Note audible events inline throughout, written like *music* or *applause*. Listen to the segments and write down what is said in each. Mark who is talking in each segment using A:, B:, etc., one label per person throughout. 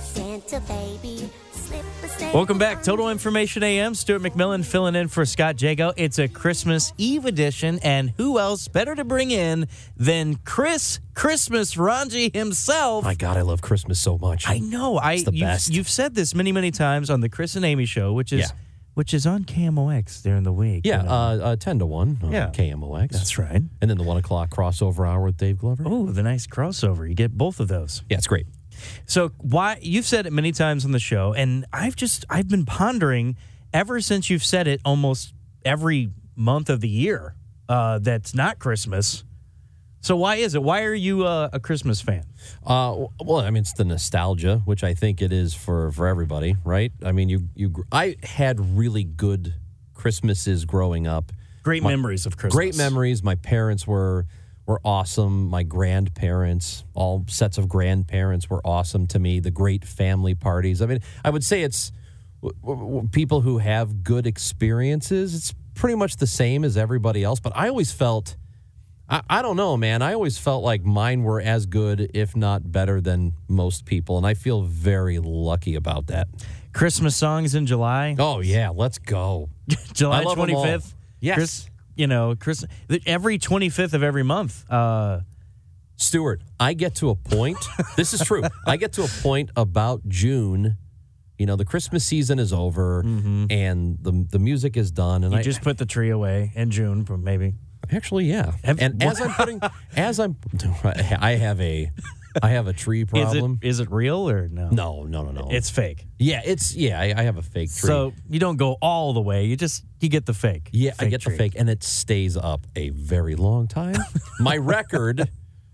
A: Santa baby, slip a sand-
B: Welcome back. Total Information AM. Stuart McMillan filling in for Scott Jago. It's a Christmas Eve edition, and who else better to bring in than Chris Christmas Ranji himself?
C: My God, I love Christmas so much.
B: Oh, I know. I
C: It's the
B: you've,
C: best.
B: you've said this many, many times on the Chris and Amy show, which is
C: Yeah.
B: which is on KMOX during the week.
C: yeah,
B: you know.
C: uh, uh, ten to one on
B: Oh. Yeah.
C: KMOX.
B: That's right.
C: And then the one o'clock crossover hour with Dave Glover.
B: oh, the nice crossover. You get both of those.
C: Yeah, it's great.
B: So why you've said it many times on the show, and I've just I've been pondering ever since you've said it almost every month of the year uh, that's not Christmas. So why is it? Why are you uh, a Christmas fan?
C: Uh, w- well, I mean, it's the nostalgia, which I think it is for for everybody, right? I mean, you you gr- I had really good Christmases growing up.
B: Great memories of Christmas.
C: Great memories. My parents were were awesome. My grandparents, all sets of grandparents, were awesome to me. The great family parties. I mean, I would say it's w- w- w- people who have good experiences. It's pretty much the same as everybody else. But I always felt, I, I don't know, man. I always felt like mine were as good, if not better, than most people, and I feel very lucky about that.
B: Christmas songs in July.
C: Oh yeah, let's go.
B: July
C: I love 'em all.
B: 25th.
C: Yes.
B: you know, Chris, the- every 25th of every month. Uh,
C: Stuart, I get to a point. this is true. I get to a point about June. You know, the Christmas season is over, and the the music is done.
B: Mm-hmm.
C: And
B: you
C: I
B: just put the tree away in June, but maybe.
C: actually, yeah.
B: Have-
C: and as
B: *laughs*
C: I'm putting, as I'm, *laughs* I have a, I have a tree problem.
B: Is it is it real or no?
C: no, no, no, no.
B: It's fake.
C: yeah, it's yeah. I, I have a fake tree.
B: So you don't go all the way. You just you get the fake.
C: yeah, I get
B: tree.
C: the fake, and it stays up a very long time.
B: *laughs*
C: my record.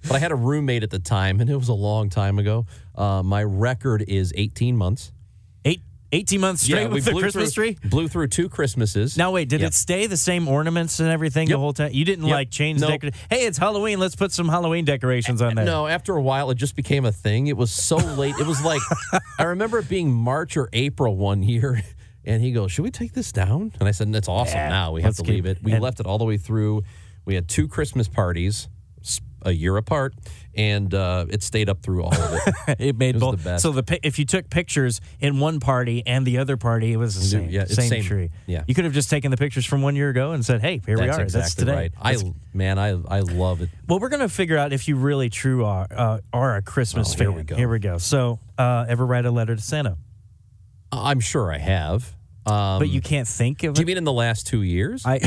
C: But I had a roommate at the time, and it was a long time ago. Uh, my record is 18 months.
B: Eight, 18 months straight with the Christmas
C: through,
B: tree.
C: Blew through two Christmases.
B: Now wait, did
C: Yeah.
B: it stay the same ornaments and everything the
C: Yep.
B: whole time? You didn't
C: Yep.
B: like change
C: Nope.
B: decor. Hey, it's Halloween. Let's put some Halloween decorations on there.
C: No, after a while, it just became a thing. It was so late. It
B: *laughs*
C: was like I remember it being March or April one year, and he goes, "Should we take this down?" And I said, "That's awesome.
B: Yeah,
C: now we have
B: let's
C: to
B: keep
C: leave it."
B: it.
C: We
B: And-
C: left it all the way through. We had two Christmas parties s- a year apart, and uh, it stayed up through all of
B: *laughs*
C: it.
B: it made
C: It was
B: both.
C: the best.
B: So the pi- if you took pictures in one party and the other party, it was the same,
C: yeah, it's
B: same,
C: same.
B: tree.
C: Yeah.
B: you could have just taken the pictures from one year ago and said, "Hey, here we
C: That's
B: are.
C: exactly
B: That's today."
C: right. I
B: That's-
C: man, I I love it.
B: well, we're gonna figure out if you really true are uh, are a Christmas
C: Oh,
B: fan.
C: here we go.
B: Here we go. So, uh, ever write a letter to Santa?
C: I'm sure I have. Um,
B: but you can't think of
C: do
B: it.
C: you mean in the last two years?
B: I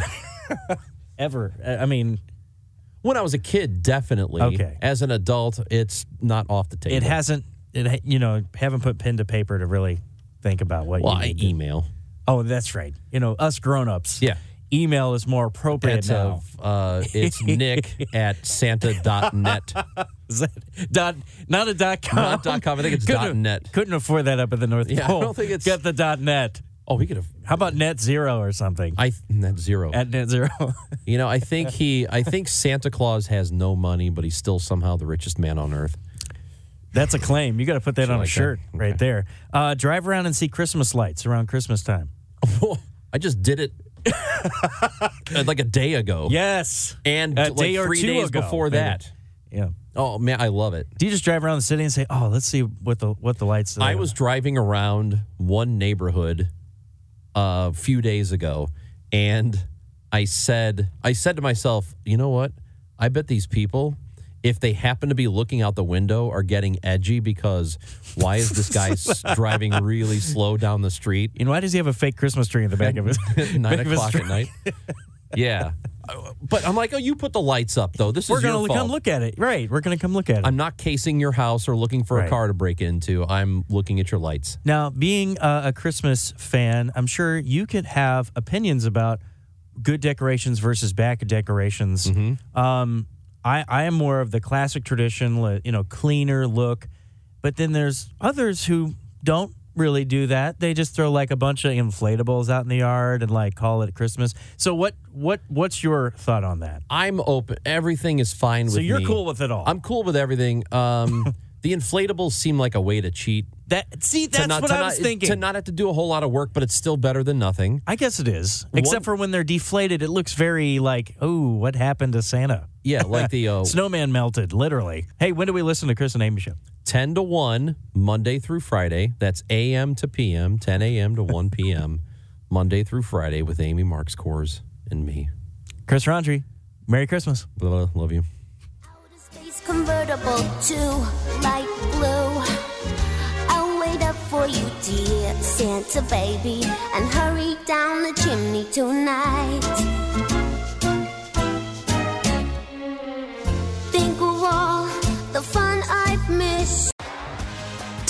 B: ever. I I mean,
C: When I was a kid, definitely.
B: Okay.
C: As an adult, it's not off the table.
B: it hasn't. It ha- you know haven't put pen to paper to really think about what.
C: Well,
B: you
C: I
B: need to-
C: email.
B: Oh, that's right. You know, us grown ups.
C: Yeah.
B: Email is more appropriate
C: It's,
B: now.
C: of, uh,
B: *laughs*
C: it's nick at santa.net.
B: Is that dot not a dot com?
C: Not dot com. I think it's
B: couldn't
C: dot net.
B: Couldn't afford that up at the North
C: Yeah, I
B: Pole.
C: don't think it's-
B: Get the dot net.
C: Oh, we could have.
B: How about net zero or something?
C: I net zero.
B: At *laughs* net zero.
C: you know, I
B: *laughs*
C: think he. I think Santa Claus has no money, but he's still somehow the richest man
B: *laughs*
C: on earth.
B: That's a claim. You got to put that on a
C: like that.
B: shirt right there. Uh, drive around and see Christmas lights around Christmas time.
C: I just
B: *laughs*
C: did it uh, like a day ago.
B: Yes.
C: and
B: A
C: like
B: day or
C: three
B: two
C: days
B: ago,
C: before
B: maybe.
C: that.
B: Yeah.
C: Oh man, I love it.
B: Do you just drive around the city and say, "Oh, let's see what the what the lights"? that
C: I
B: are-
C: was driving around one neighborhood uh, a few days ago, and I said I said to myself, you know what? I bet these people if they happen to be looking out the window are getting edgy because why is this guy
B: *laughs*
C: s- driving really slow down the street
B: And why does he have a fake Christmas tree in the back of his
C: *laughs* nine
B: back of his
C: o'clock
B: truck? *laughs*
C: at night. Yeah, Uh, but I'm like, oh, you put the lights up though. This
B: We're
C: is
B: gonna
C: your
B: look- come
C: fault.
B: look at it, right? We're gonna come look at it.
C: I'm not casing your house or looking for
B: Right.
C: a car to break into. I'm looking at your lights.
B: Now, being a, a Christmas fan, I'm sure you could have opinions about good decorations versus bad decorations.
C: Mm-hmm.
B: Um, I, I am more of the classic tradition, li- you know, cleaner look. But then there's others who don't really do that. They just throw like a bunch of inflatables out in the yard and like call it Christmas. So what what what's your thought on that?
C: I'm open. Everything is fine with
B: So
C: me.
B: you're cool with it all.
C: I'm cool with everything.
B: *laughs*
C: Um, the inflatables seem like a way to cheat.
B: that see that's
C: to not,
B: what
C: to
B: I
C: not-
B: was thinking.
C: To not have to do a whole lot of work, but it's still better than nothing.
B: I guess it is. Except for when they're deflated, it looks very like, oh, what happened to Santa?
C: Yeah,
B: *laughs*
C: like the uh,
B: Snowman melted, literally. Hey, when do we listen to Chris and Amy show?
C: 10 to 1 Monday through Friday. That's AM to PM, 10 AM to 1 PM, Monday through Friday with Amy Marks Kors and me.
B: Chris Rondry, Merry Christmas.
C: Blah, blah, love you.
A: Outer space convertible to light blue. I'll wait up for you, dear Santa baby, and hurry down the chimney tonight. Think of all the fun I've missed.